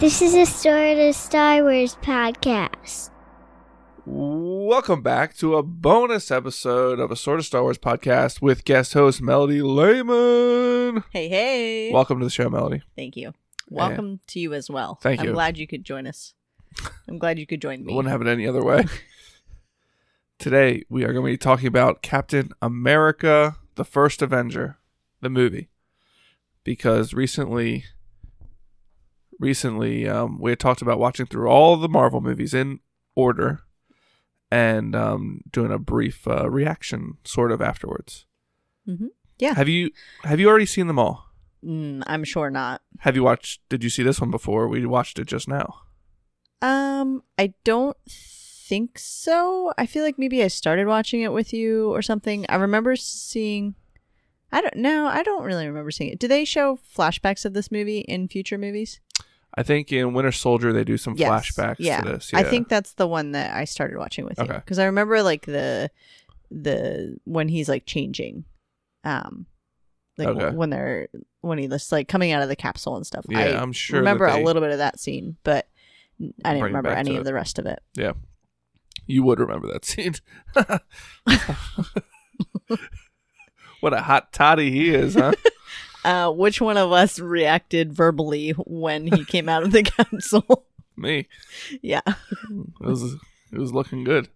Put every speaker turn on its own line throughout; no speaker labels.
This is a Star to Star Wars podcast.
Welcome back to a bonus episode of a sort of Star Wars podcast with guest host Melody Lehman.
Hey, hey.
Welcome to the show, Melody.
Thank you. Welcome to you as well.
Thank you.
I'm glad you could join us. I'm glad you could join
I
me.
wouldn't have it any other way. Today we are going to be talking about Captain America: The First Avenger, the movie, because recently, recently um, we had talked about watching through all the Marvel movies in order and um, doing a brief uh, reaction, sort of afterwards.
Mhm. Yeah.
Have you have you already seen them all?
Mm, I'm sure not.
Have you watched? Did you see this one before? We watched it just now.
Um, I don't think so. I feel like maybe I started watching it with you or something. I remember seeing. I don't know. I don't really remember seeing it. Do they show flashbacks of this movie in future movies?
I think in Winter Soldier they do some
Yes.
flashbacks to this.
I
yeah.
think that's the one that I started watching with you
Okay.
because I remember like the the when he's like changing, um, like
Okay.
when they're when he lists like coming out of the capsule and stuff.
Yeah,
I
am sure. that
remember
they-
a little bit of that scene, but I
Bring it
didn't remember
back
any
to
of
it.
the rest of it.
You would remember that scene. what a hot toddy he is, huh?
Uh, which one of us reacted verbally when he came out of the capsule?
Me. Hmm,
yeah,
It was it was looking good.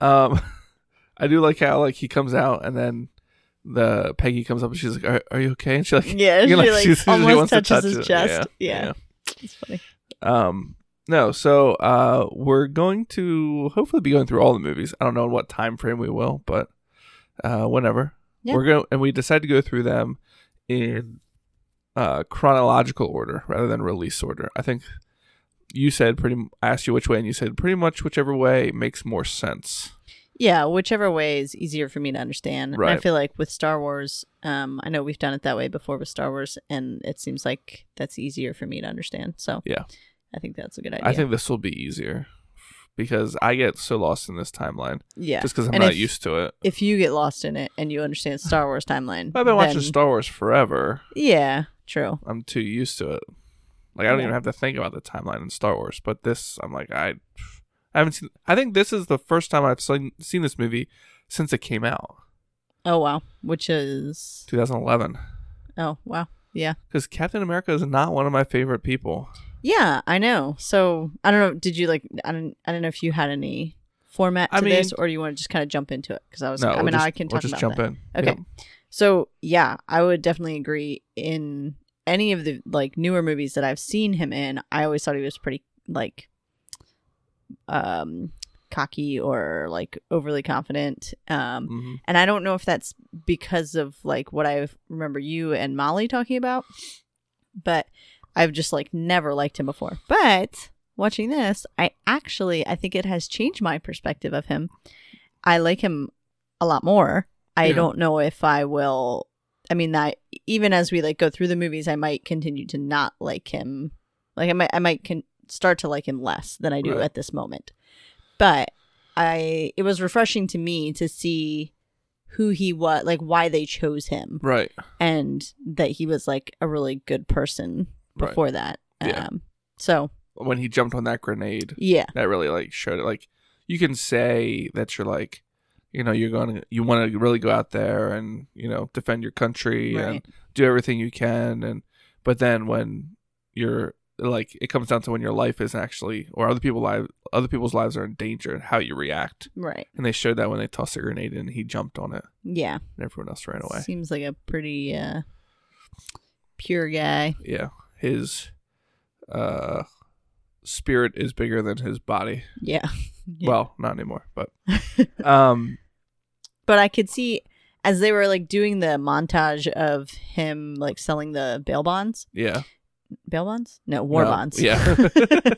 Um, I do like how like he comes out and then the Peggy comes up and she's like, "Are, are you okay?" And she like
yeah.
you
She
know,
like,
she's- she
almost
wants to
touches
touch
his
it.
chest.
Yeah,
Yeah, it's funny.
Um, no, so uh, we're going to hopefully be going through all the movies. I don't know in what time frame we will, but uh, whenever
Yeah.
we're going, and we decide to go through them in uh, chronological order rather than release order. I think you said pretty. m- I asked you which way, and you said pretty much whichever way makes more sense.
Yeah, whichever way is easier for me to understand. And
Right.
I feel like with Star Wars, um, I know we've done it that way before with Star Wars, and it seems like that's easier for me to understand. So
Yeah.
I think that's a good idea.
I think this will be easier because I get so lost in this timeline
yeah.
just because I'm
And
not
if-
used to it.
If you get lost in it and you understand Star Wars timeline,
I've been watching
then-
Star Wars forever.
Yeah, true.
I'm too used to it. Like I don't
Yeah.
even have to think about the timeline in Star Wars. But this, I'm like I, I haven't seen. I think this is the first time I've seen seen this movie since it came out,
Oh wow, which is
2011.
oh wow, yeah,
Because Captain America is not one of my favorite people.
yeah, I know. So I don't know. Did you like? I don't. I don't know if you had any format to
I mean-
this, or do you want to just kind of jump into it? Because I was.
No,
I
we'll
mean,
just,
I can
we'll
talk
just
about
jump
that.
in.
Okay. So yeah, I would definitely agree. In any of the like newer movies that I've seen him in, I always thought he was pretty like, um, cocky or like overly confident. Um,
hmm
and I don't know if that's because of like what I remember you and Molly talking about, but I've just like never liked him before. But watching this, I actually I think it has changed my perspective of him. I like him a lot more. I
Yeah.
don't know if I will. I mean, I even as we like go through the movies, I might continue to not like him. Like I might I might con- start to like him less than I do
Right.
at this moment. But I it was refreshing to me to see who he was, like why they chose him,
Right.
and that he was like a really good person
Right.
before that.
Yeah.
Um, so
When he jumped on that grenade,
yeah,
that really like showed it. Like you can say that you're like, you know, you're going to you want to really go out there and you know defend your country and
right.
do everything you can and but then when you're like it comes down to when your life is actually or other people live other people's lives are in danger and how you react
right,
and they showed that when they tossed a grenade in he jumped on it
yeah.
and everyone else ran away
Seems like a pretty uh, pure guy.
yeah his uh spirit is bigger than his body
Yeah. Yeah.
well not anymore but um
but I could see as they were like doing the montage of him like selling the bail bonds,
yeah
bail bonds? No, war
No,
bonds.
yeah.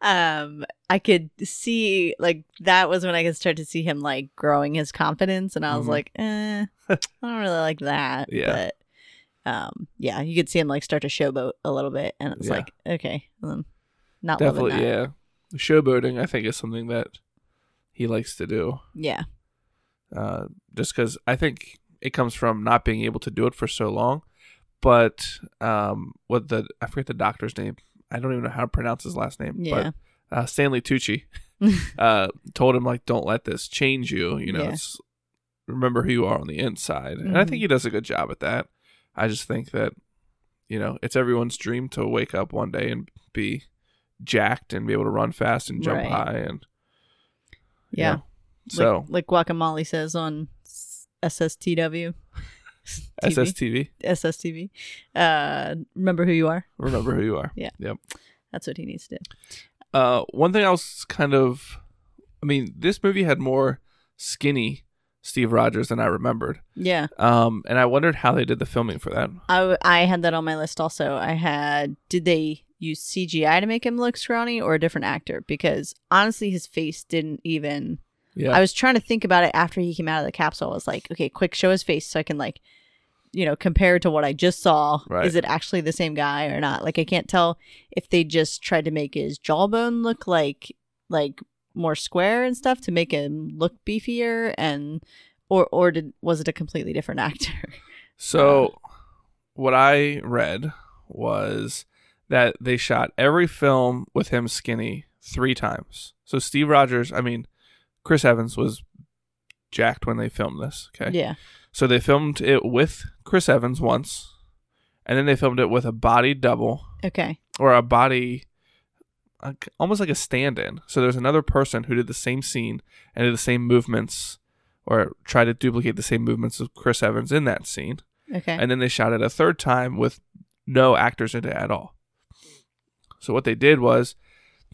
um, I could see like that was when I could start to see him like growing his confidence, and I was
Mhm.
like, eh, I don't really like that.
Yeah.
But, um, yeah, you could see him like start to showboat a little bit, and it's
Yeah.
like, okay, um, not loving
definitely
that.
yeah showboating i think is something that he likes to do
Yeah.
uh, just because I think it comes from not being able to do it for so long. but um, what the I forget the doctor's name. I don't even know how to pronounce his last name.
Yeah.
But uh, Stanley Tucci uh, told him like, "Don't let this change you. You know,
Yeah.
it's, remember who you are on the inside." And I
Mhm.
think he does a good job at that. I just think that you know it's everyone's dream to wake up one day and be jacked and be able to run fast and jump
Right.
high and you
Yeah.
know. so
like, like Guacamole says on S- SSTW. TV,
SSTV,
SSTV. Uh, remember who you are.
remember who you are.
That's what he needs to do.
Uh, one thing I was kind of, I mean, this movie had more skinny Steve Rogers than I remembered.
Yeah.
Um, and I wondered how they did the filming for that.
I, w- I had that on my list also. I had, did they use CGI to make him look scrawny or a different actor? Because honestly, his face didn't even.
Yeah,
I was trying to think about it after he came out of the capsule. I was like, okay, quick, show his face so I can, like, you know, compare to what I just saw.
Right.
Is it actually the same guy or not? Like, I can't tell if they just tried to make his jawbone look like, like, more square and stuff to make him look beefier and or or did was it a completely different actor
so what I read was that they shot every film with him skinny three times. So Steve Rogers, I mean, Chris Evans was jacked when they filmed this. Okay.
yeah
So they filmed it with Chris Evans once, and then they filmed it with a body double
okay
or a body like- almost like a stand-in so there's another person who did the same scene and did the same movements or tried to duplicate the same movements of chris evans in that scene
okay
and then they shot it a third time with no actors in it at all so what they did was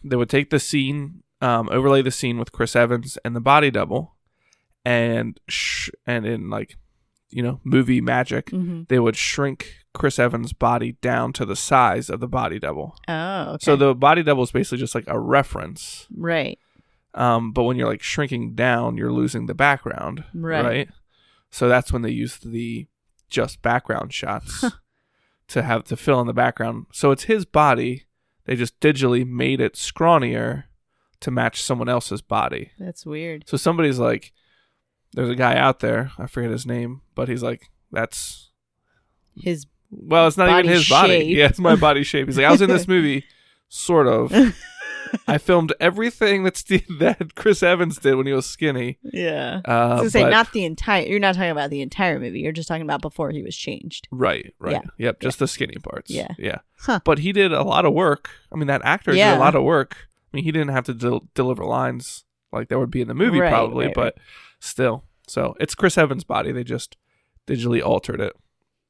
they would take the scene um, overlay the scene with chris evans and the body double and sh- and in like you know movie magic
hmm
they would shrink chris evans body down to the size of the body double
Oh, okay.
so the body double is basically just like a reference.
right,
Um, but when you're like shrinking down, you're losing the background,
Right.
right? So that's when they use the just background shots to have to fill in the background. So it's his body. They just digitally made it scrawnier to match someone else's body.
that's weird.
So somebody's like, there's a guy out there. I forget his name, but he's like, that's
His
well, it's not
Body
even his body.
shape.
Yeah, it's my body shape. He's like, I was in this movie, sort of. I filmed everything that Steve, that Chris Evans did when he was skinny.
yeah. I was
Uh,
gonna say
but-
not the entire. You're not talking about the entire movie. You're just talking about before he was changed.
right, right,
Yeah.
yep, just the skinny parts.
Yeah.
yeah.
Huh.
But he did a lot of work. I mean, that actor
Yeah.
did a lot of work. I mean, he didn't have to del- deliver lines like that would be in the movie
Right,
probably,
right,
but still. So it's Chris Evans' body. They just digitally altered it,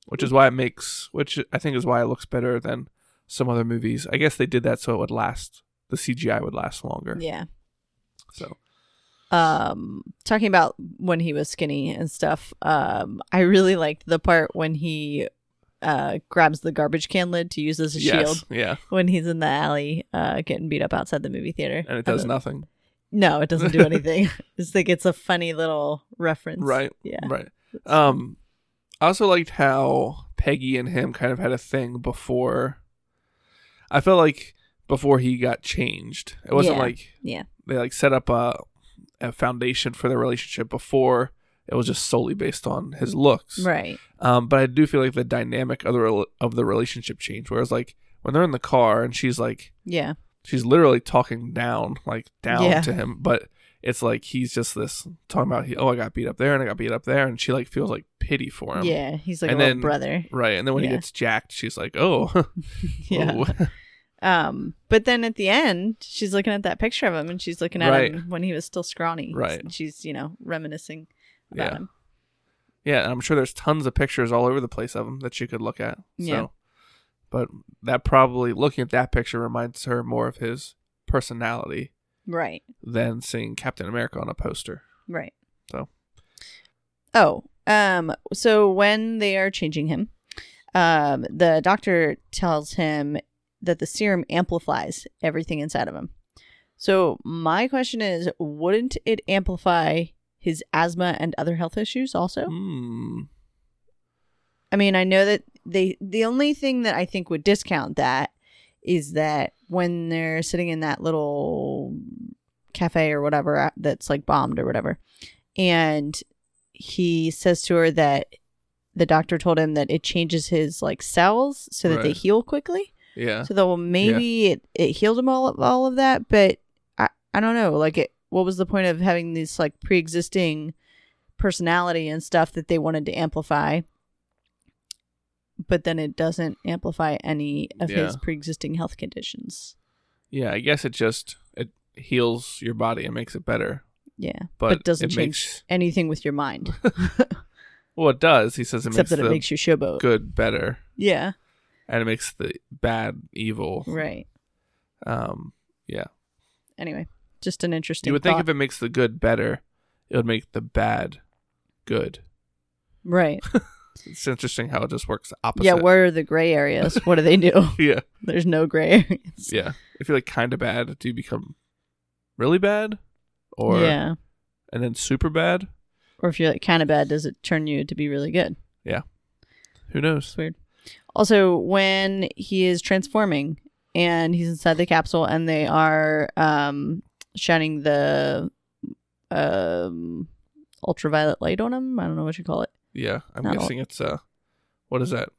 which is why it makes, which I think is why it looks better than some other movies. I guess they did that so it would last. The CGI would last longer.
Yeah.
So
Um, talking about when he was skinny and stuff. Um, I really liked the part when he uh grabs the garbage can lid to use as a
yes,
shield
yeah,
when he's in the alley uh getting beat up outside the movie theater
and it
I
does
thought-
nothing.
no it doesn't do anything it's like it's a funny little reference
Right.
yeah
Right. Um, I also liked how Peggy and him kind of had a thing before. I felt like before he got changed, it wasn't
Yeah.
like
Yeah.
they like set up a a foundation for their relationship before. It was just solely based on his looks.
right
Um, but I do feel like the dynamic of the rel- of the relationship changed. Whereas like when they're in the car and she's like
yeah
she's literally talking down like down
Yeah.
to him but it's like he's just this talking about he, oh i got beat up there and i got beat up there and she like feels like pity for him
yeah he's like
and
a little
then-
brother
right and then when
Yeah.
he gets jacked she's like oh
yeah
oh.
Um, but then at the end, she's looking at that picture of him, and she's looking at
Right.
him when he was still scrawny.
Right.
And She's you know reminiscing about
Yeah.
him.
yeah and i'm sure there's tons of pictures all over the place of him that you could look at
Yeah.
so but that probably looking at that picture reminds her more of his personality
Right.
than seeing captain america on a poster
Right.
So.
Oh. Um. So when they are changing him, um, the doctor tells him that the serum amplifies everything inside of him. So my question is, wouldn't it amplify his asthma and other health issues also?
Hmm.
I mean, I know that they the only thing that I think would discount that is that when they're sitting in that little cafe or whatever uh, that's like bombed or whatever and he says to her that the doctor told him that it changes his like cells so that they
Right.
heal quickly.
Yeah.
So though maybe it, it healed him all of all of that, but I, I don't know. Like it what was the point of having these like pre existing personality and stuff that they wanted to amplify? But then it doesn't amplify any of his
Yeah.
pre existing health conditions.
Yeah, I guess it just it heals your body and makes it better.
Yeah.
But,
But doesn't
it
change
makes
Anything with your mind.
well it does. He says it
Except
makes
that
the
it makes you showboat.
good better
Yeah.
and it makes the bad evil.
Right.
Um yeah.
Anyway. Just an interesting
you would think
thought.
if it makes the good better, it would make the bad good.
Right.
It's interesting how it just works opposite.
Yeah, where are the gray areas? What do they do?
yeah,
There's no gray areas.
yeah. If you're like kind of bad, do you become really bad, or
yeah.
and then super bad?
Or if you're like kind of bad, does it turn you to be really good?
Who knows?
It's weird. Also, when he is transforming and he's inside the capsule and they are um, shining the um, ultraviolet light on him, I don't know what you call it.
Yeah, I'm
Not all-
guessing it's uh, what is that?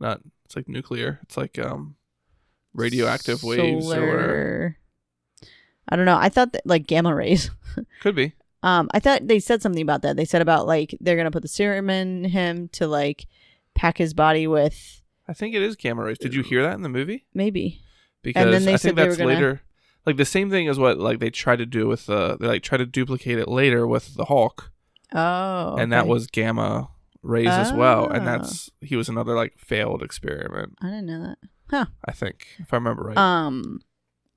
Not it's like nuclear. It's like um, radioactive waves or
Solar- I don't know. I thought that like gamma rays.
could be.
Um, I thought they said something about that. They said about like they're gonna put the serum in him to like pack his body with
I think it is gamma rays. Did you hear that in the movie?
maybe
Because
then they
I
said
think
they were
that's
gonna-
later. Like the same thing is what like they tried to do with the they like tried to duplicate it later with the Hulk.
Oh,
and that
okay.
was gamma rays as well
Ah.
and that's he was another like failed experiment
I didn't know that.
i think if i remember right
Um,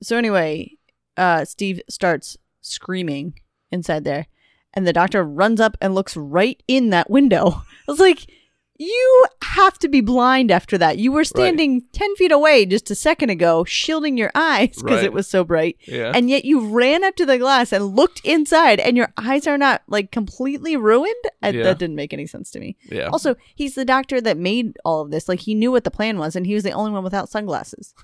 so anyway, uh, Steve starts screaming inside there, and the doctor runs up and looks right in that window. I was like, you have to be blind after that. You were standing ten feet away just a second ago, shielding your eyes because
Right.
it was so bright.
yeah
And yet you ran up to the glass and looked inside, and your eyes are not like completely ruined. I,
Yeah.
That didn't make any sense to me.
yeah
Also, he's the doctor that made all of this. Like he knew what the plan was, and he was the only one without sunglasses.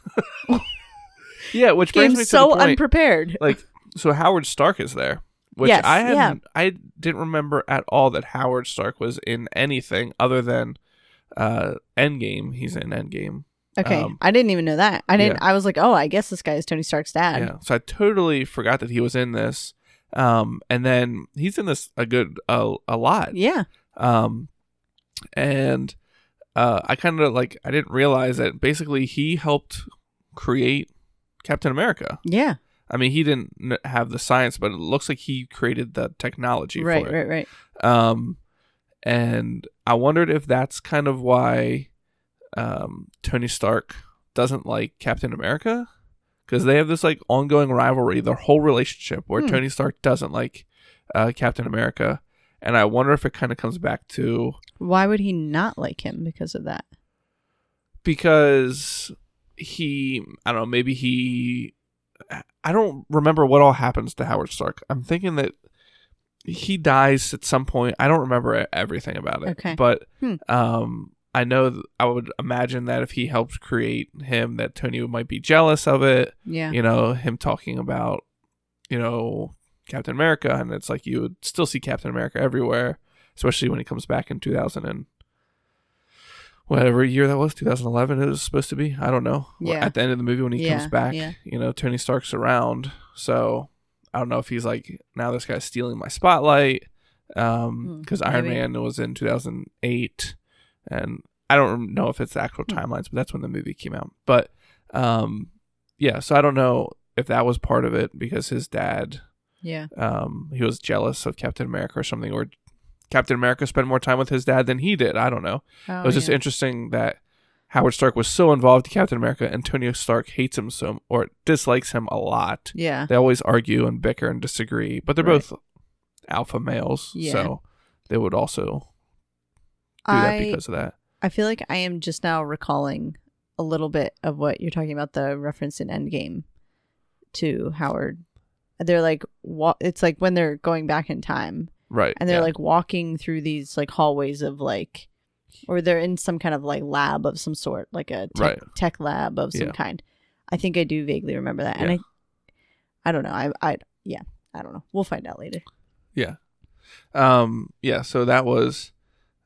yeah which brings
Came
me
so
to the point,
unprepared.
like so howard stark is there which
Yes,
i had
yeah.
not i didn't remember at all that howard stark was in anything other than uh endgame he's in endgame
Okay,
um,
I didn't even know that. I didn't. I was like, oh, I guess this guy is Tony Stark's dad.
yeah so i totally forgot that he was in this um and then he's in this a good a, a lot
Yeah.
um and uh i kind of like i didn't realize that basically he helped create captain america
Yeah.
i mean he didn't n- have the science but it looks like he created the technology
Right.
for it
Right. Right.
um and i wondered if that's kind of why um tony stark doesn't like captain america because they have this like ongoing rivalry their whole relationship where
Hmm.
tony stark doesn't like uh, captain america and i wonder if it kind of comes back to
Why would he not like him because of that?
because he i don't know maybe he i don't remember what all happens to howard stark i'm thinking that he dies at some point i don't remember e-, everything about it
Okay.
but
Hmm.
um i know th- i would imagine that if he helped create him that tony might be jealous of it
Yeah.
you know him talking about you know captain america and it's like you would still see captain america everywhere especially when he comes back in 2000 and whatever year that was 2011 it was supposed to be i don't know Well,
Yeah.
at the end of the movie when he
Yeah,
comes back
yeah.
you know tony stark's around so i don't know if he's like now this guy's stealing my spotlight um
Hmm,
because iron
maybe.
man was in 2008 and i don't know if it's the actual
Hmm.
timelines but that's when the movie came out but um yeah so i don't know if that was part of it because his dad
Yeah.
um he was jealous of captain america or something or captain america spent more time with his dad than he did i don't know
Oh,
it was just
yeah.
interesting that howard stark was so involved in captain america antonio stark hates him so or dislikes him a lot
Yeah.
they always argue and bicker and disagree but they're
Right.
both alpha males
Yeah.
so they would also do that
I
because of that
I feel like I am just now recalling a little bit of what you're talking about the reference in Endgame to Howard. They're like wa- it's like when they're going back in time
right
and they're
yeah.
like walking through these like hallways of like or they're in some kind of like lab of some sort like a tech,
Right.
tech lab of some
Yeah.
kind i think i do vaguely remember that and
Yeah.
i i don't know i i yeah i don't know we'll find out later
Um, yeah, so that was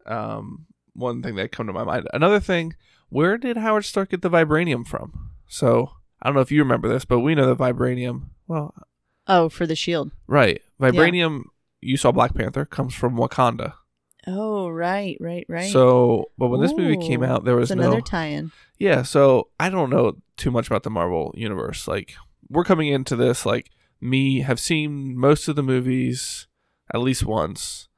um, one thing that come to my mind. Another thing, where did Howard Stark get the vibranium from? So I don't know if you remember this, but we know that vibranium. Well,
Oh, for the shield.
right, vibranium. You saw Black Panther comes from Wakanda.
Oh, right, right, right.
So, but when this movie came
Ooh,
out, there was
it's another
no.
tie-in.
Yeah, so I don't know too much about the Marvel universe. Like we're coming into this like me have seen most of the movies at least once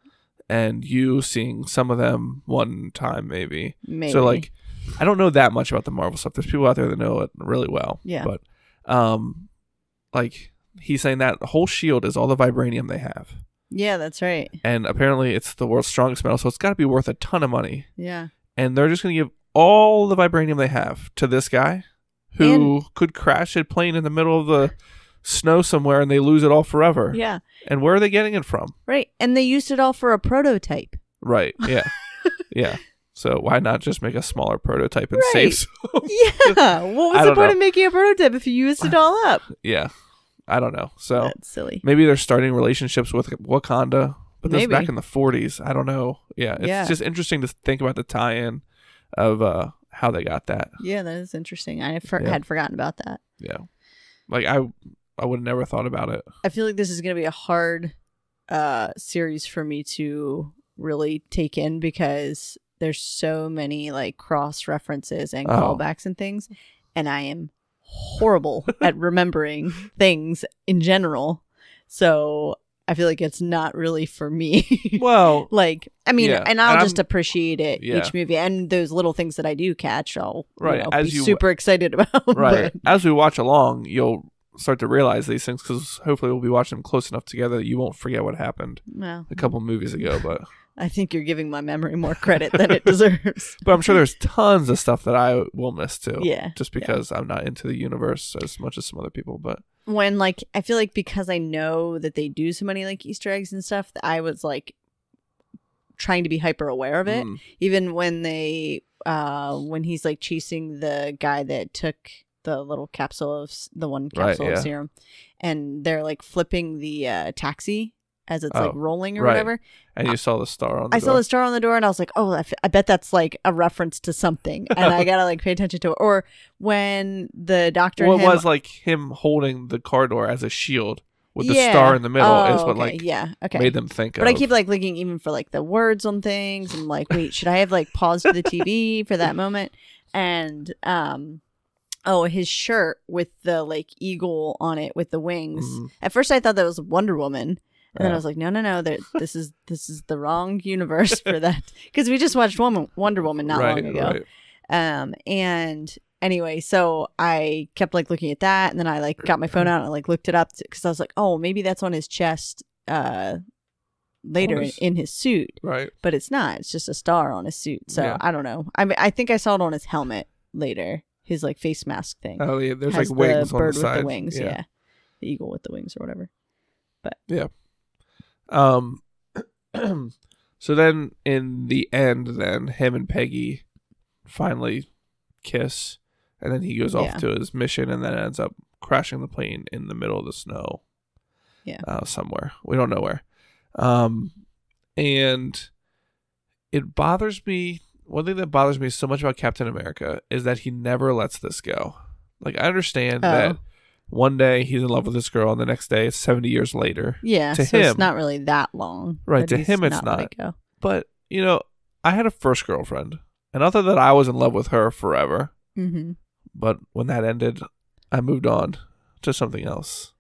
and you seeing some of them one time maybe.
Maybe.
So like I don't know that much about the Marvel stuff. There's people out there that know it really well.
Yeah.
But um like he's saying that whole shield is all the vibranium they have.
yeah, that's right.
And apparently it's the world's strongest metal, so it's got to be worth a ton of money
Yeah,
and they're just going to give all the vibranium they have to this guy who could crash a plane in the middle of the snow somewhere and they lose it all forever.
yeah,
And where are they getting it from?
right. And they used it all for a prototype.
Right. Yeah. yeah. So why not just make a smaller prototype and
Right.
save some?
Yeah. What
I
was the
don't
point
know.
of making a prototype if you used it all up?
yeah. I don't know. So
That's silly.
maybe they're starting relationships with Wakanda, but this is
Maybe.
back in the 40s. I don't know. Yeah. It's
Yeah.
just interesting to think about the tie in of uh, how they got that.
Yeah, that is interesting. I for-
Yeah.
had forgotten about that.
Yeah. Like I I would have never thought about it.
I feel like this is going to be a hard uh series for me to really take in because there's so many like cross references and
Oh.
callbacks and things and I am horrible at remembering things in general. So, I feel like it's not really for me.
Well,
like I mean,
Yeah,
and I'll
and
just
I'm-
appreciate it
Yeah.
each movie and those little things that I do catch. I'll you
Right,
know,
as
be
you-
super excited about.
right.
but-
As we watch along, you'll start to realize these things because hopefully we'll be watching them close enough together that you won't forget what happened
well,
a couple movies ago. But
I think you're giving my memory more credit than it deserves.
but I'm sure there's tons of stuff that I will miss too.
Yeah,
Just because I'm not into the universe as much as some other people, but
When like I feel like because I know that they do so many like Easter eggs and stuff, that I was like trying to be hyper aware of it.
Mm,
Even when they uh when he's like chasing the guy that took the little capsule of s- the one
Right,
capsule of
yeah.
serum and they're like flipping the uh taxi as it's like
Oh,
rolling or
right.
whatever
and you saw the star on. The
I saw
door.
the star on the door and I was like, oh, I, f- I bet that's like a reference to something. And I got to like pay attention to it. Or when the doctor.
Well,
and
it
him-
was like him holding the car door as a shield with the
Yeah.
star in the middle
Oh,
is what
okay.
like
Yeah. Okay.
made them think.
but
of.
I keep like looking even for like the words on things. and like, wait, should I have like paused the TV for that moment? And, um, oh, his shirt with the like eagle on it with the wings.
Mhm.
At first, I thought that was Wonder Woman. And then
Yeah.
I was like, no, no, no, there, this is this is the wrong universe for that because we just watched Woman, Wonder Woman not
right,
long ago.
Right.
Um, and anyway, so I kept like looking at that, and then I like got my phone out and like looked it up because I was like, oh, maybe that's on his chest. Uh, later in,
Nice.
in his suit,
Right.
but it's not. It's just a star on his suit. So
Yeah.
I don't know. I mean, I think I saw it on his helmet later. His like face mask thing.
Oh yeah. There's
Has
like wings
the
on
bird
the side.
with the wings. Yeah. the eagle with the wings or whatever.
Um, so then in the end, then him and Peggy finally kiss, and then he goes off
Yeah.
to his mission, and then ends up crashing the plane in the middle of the snow.
Yeah.
uh, somewhere we don't know where. Um, and it bothers me. One thing that bothers me so much about Captain America is that he never lets this go. Like I understand that
Oh.
one day he's in love with this girl, and the next day it's seventy years later.
Yeah,
To
so
him.
it's not really that long.
Right,
that
to
he's
him it's
let
not.
it go.
But, you know, I had a first girlfriend, and I thought that I was in love with her forever.
hmm
But when that ended, I moved on to something else,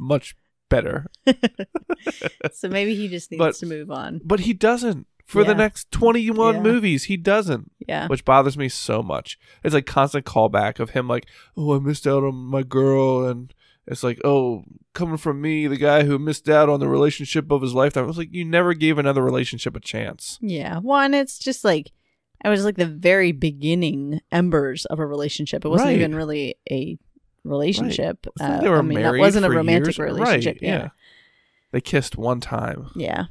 much better.
So maybe he just needs
But-
to move on.
But he doesn't for the
Yeah.
next 21
Yeah. Uh.
movies. He doesn't,
Yeah.
which bothers me so much. It's like constant callback of him, like, oh, I missed out on my girl. And it's like, oh, coming from me, the guy who missed out on the relationship of his lifetime. It's like, you never gave another relationship a chance.
Yeah. One, it's just like I was like the very beginning embers of a relationship. It wasn't
Right.
even really a relationship.
It's like
Uh,
they were
I mean,
married
that wasn't a
for
romantic
years.
relationship.
Right, yeah. They kissed one time.
yeah. Yeah.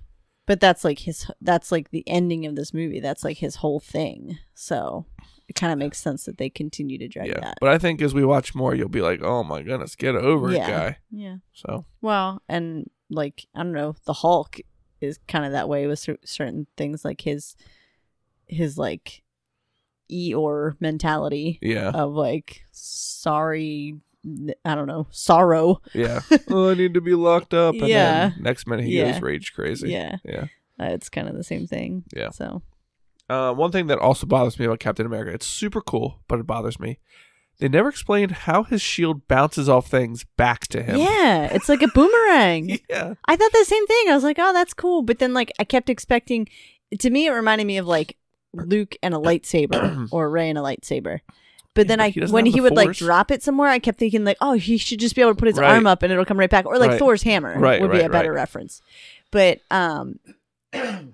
But that's like his that's like the ending of this movie. That's like his whole thing. So it kind of makes sense that they continue to drag
yeah.
that.
But I think as we watch more, you'll be like, oh my goodness, get over
Yeah.
it, guy.
Yeah.
So,
Well, and like I don't know, the Hulk is kind of that way with cer- certain things, like his his like Eeyore mentality
Yeah.
of like sorry, I don't know, sorrow.
yeah. oh, I need to be locked up. And
Yeah.
then next minute he
Yeah.
goes rage crazy.
Yeah,
Yeah.
uh, it's kind of the same thing.
Yeah.
So
Uh, one thing that also bothers me about Captain America, it's super cool, but it bothers me. They never explained how his shield bounces off things back to him.
yeah, it's like a boomerang.
Yeah.
I thought the same thing. I was like, oh, that's cool. But then, like, I kept expecting. To me, it reminded me of like Luke and a lightsaber or Ray and a lightsaber.
Yeah,
But then
but
I,
he doesn't
when
have
he
the
would like
Force.
drop it somewhere, I kept thinking like, oh, he should just be able to put his
Right.
arm up and it'll come right back, or like
Right.
Thor's hammer
Right,
would be
right,
a better
right.
reference. But um,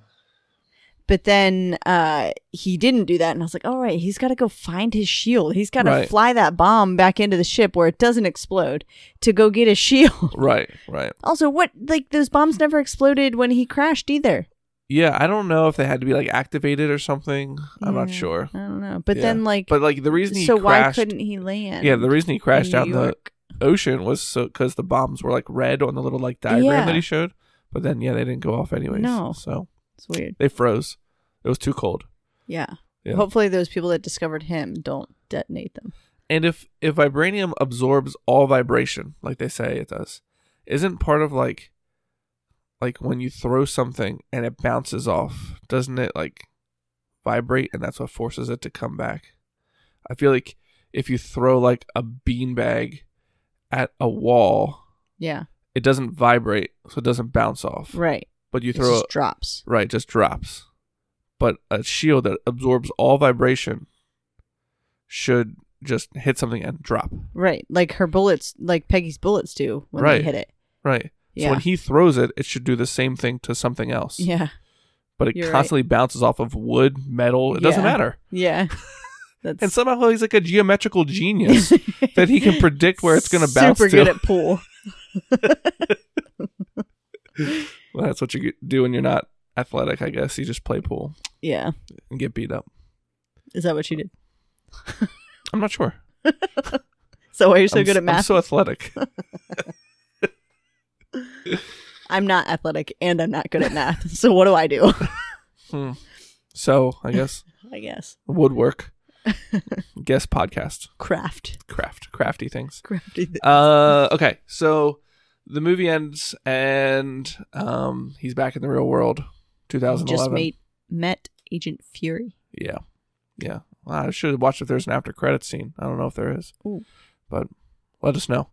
but then uh, he didn't do that, and I was like, all right, he's got to go find his shield. He's got to
Right.
fly that bomb back into the ship where it doesn't explode to go get his shield.
Right. Right.
Also, what like those bombs never exploded when he crashed either.
Yeah. I don't know if they had to be like activated or something. I'm not
Yeah.
sure.
I don't know. But
Yeah.
then like
But like the reason he
so why
crashed.
couldn't he land?
yeah. The reason he crashed out in the
York?
ocean was so because the bombs were like red on the little like diagram
Yeah.
that he showed. But then yeah, they didn't go off anyways.
No.
So
It's weird.
they froze. It was too cold.
Yeah.
Yeah.
Hopefully those people that discovered him don't detonate them.
And if if vibranium absorbs all vibration, like they say it does, isn't part of like like when you throw something and it bounces off, doesn't it like vibrate and that's what forces it to come back? I feel like if you throw like a beanbag at a wall,
Yeah.
it doesn't vibrate, so it doesn't bounce off.
Right.
But you
It
throw
just drops.
Right, just drops. But a shield that absorbs all vibration should just hit something and drop.
Right. Like her bullets like Peggy's bullets do when
Right.
they hit it.
Right. So
Yeah.
when he throws it, it should do the same thing to something else.
yeah.
But it
you're right.
constantly bounces off of wood, metal. It doesn't
Yeah.
matter.
Yeah. That's
And somehow he's like a geometrical genius that he can predict where it's going to bounce
Super
to.
good at pool.
Well, that's what you get- do when you're not athletic, I guess. You just play pool
Yeah.
and get beat up.
Is that what you did?
I'm not sure.
So why you're so
I'm
good
s-
at math?
I'm so athletic.
I'm not athletic and I'm not good at math. So what do I do?
Hmm. So I guess
I guess
woodwork. guess podcast.
craft,
craft crafty things
crafty. Th-
uh okay so the movie ends and um he's back in the real world
You
2011
just made, met Agent Fury.
yeah yeah Well, i should have watched if there's an after credit scene i don't know if there is
Ooh.
but let us know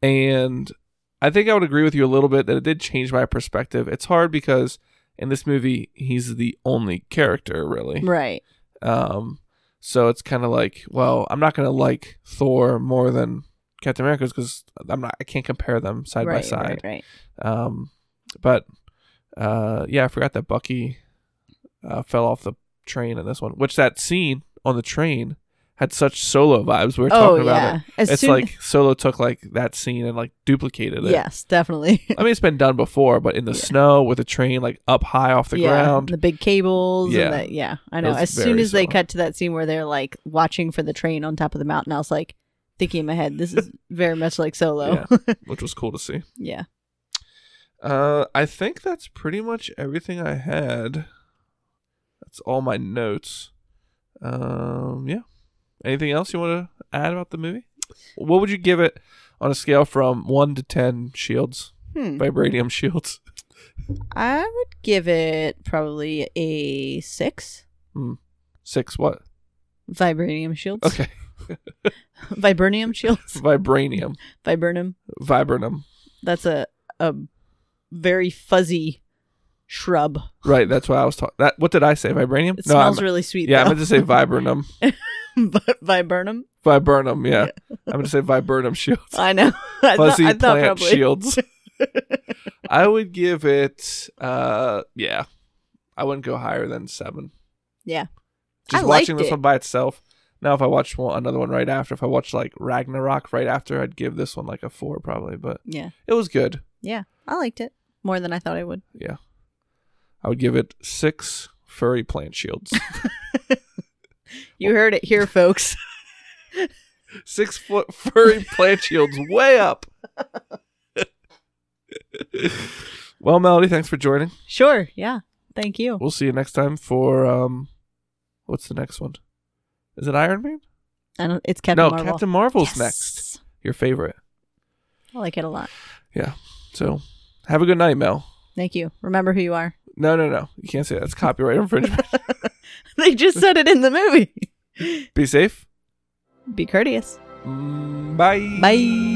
and i think i would agree with you a little bit that it did change my perspective it's hard because in this movie he's the only character really
Right.
um, so it's kind of like, well, I'm not gonna like Thor more than Captain America's because I'm not, I can't compare them side by
right,
side.
Right. Right.
Um, but uh, yeah, I forgot that Bucky uh, fell off the train in this one, which that scene on the train had such solo vibes. We were
oh
talking about
yeah.
it.
As
it's
soon-
like Solo took like that scene and like duplicated it.
yes, definitely.
I mean, it's been done before, but in the
Yeah.
snow with the train like up high off the
yeah,
ground.
The big cables.
Yeah.
And the, yeah. I know.
was
As soon
very
as they
similar.
cut to that scene where they're like watching for the train on top of the mountain, I was like thinking in my head, this is very much like Solo. Yeah.
which was cool to see. Uh, I think that's pretty much everything I had. That's all my notes. Um, yeah. Anything else you want to add about the movie? What would you give it on a scale from one to ten shields,
Hmm.
vibranium shields?
I would give it probably a six
Six what?
vibranium shields.
Okay,
Vibranium shields.
vibranium,
Viburnum.
viburnum.
That's a a very fuzzy shrub.
Right, that's what I was talking. That what did I say? Vibranium?
It
I'm-
smells really sweet.
yeah, I
though.
meant to say viburnum,
Vi- viburnum.
viburnum. Yeah, I'm gonna say viburnum shields.
I know. I
fuzzy
thought, I thought
plant
probably.
shields. I would give it, uh, yeah, I wouldn't go higher than seven.
Yeah.
Just
I
watching
liked
this
it.
one by itself. Now, if I watched one, another one right after, if I watched like Ragnarok right after, I'd give this one like a four probably. But
Yeah,
it was good.
yeah. I liked it more than I thought I would.
Yeah, I would give it six furry plant shields,
You heard it here, folks.
six foot furry plant shields, way up. well, Melody, thanks for joining.
Sure. Yeah. Thank you.
We'll see you next time for um, What's the next one? Is it Iron Man?
I don't, it's Captain
no,
Marvel.
Captain Marvel's
Yes.
next. Your favorite.
I like it a lot.
So have a good night, Mel.
Thank you. Remember who you are.
No, no, no. You can't say that. It's copyright infringement.
they just said it in the movie.
Be safe.
Be courteous.
Mm, Bye.
Bye.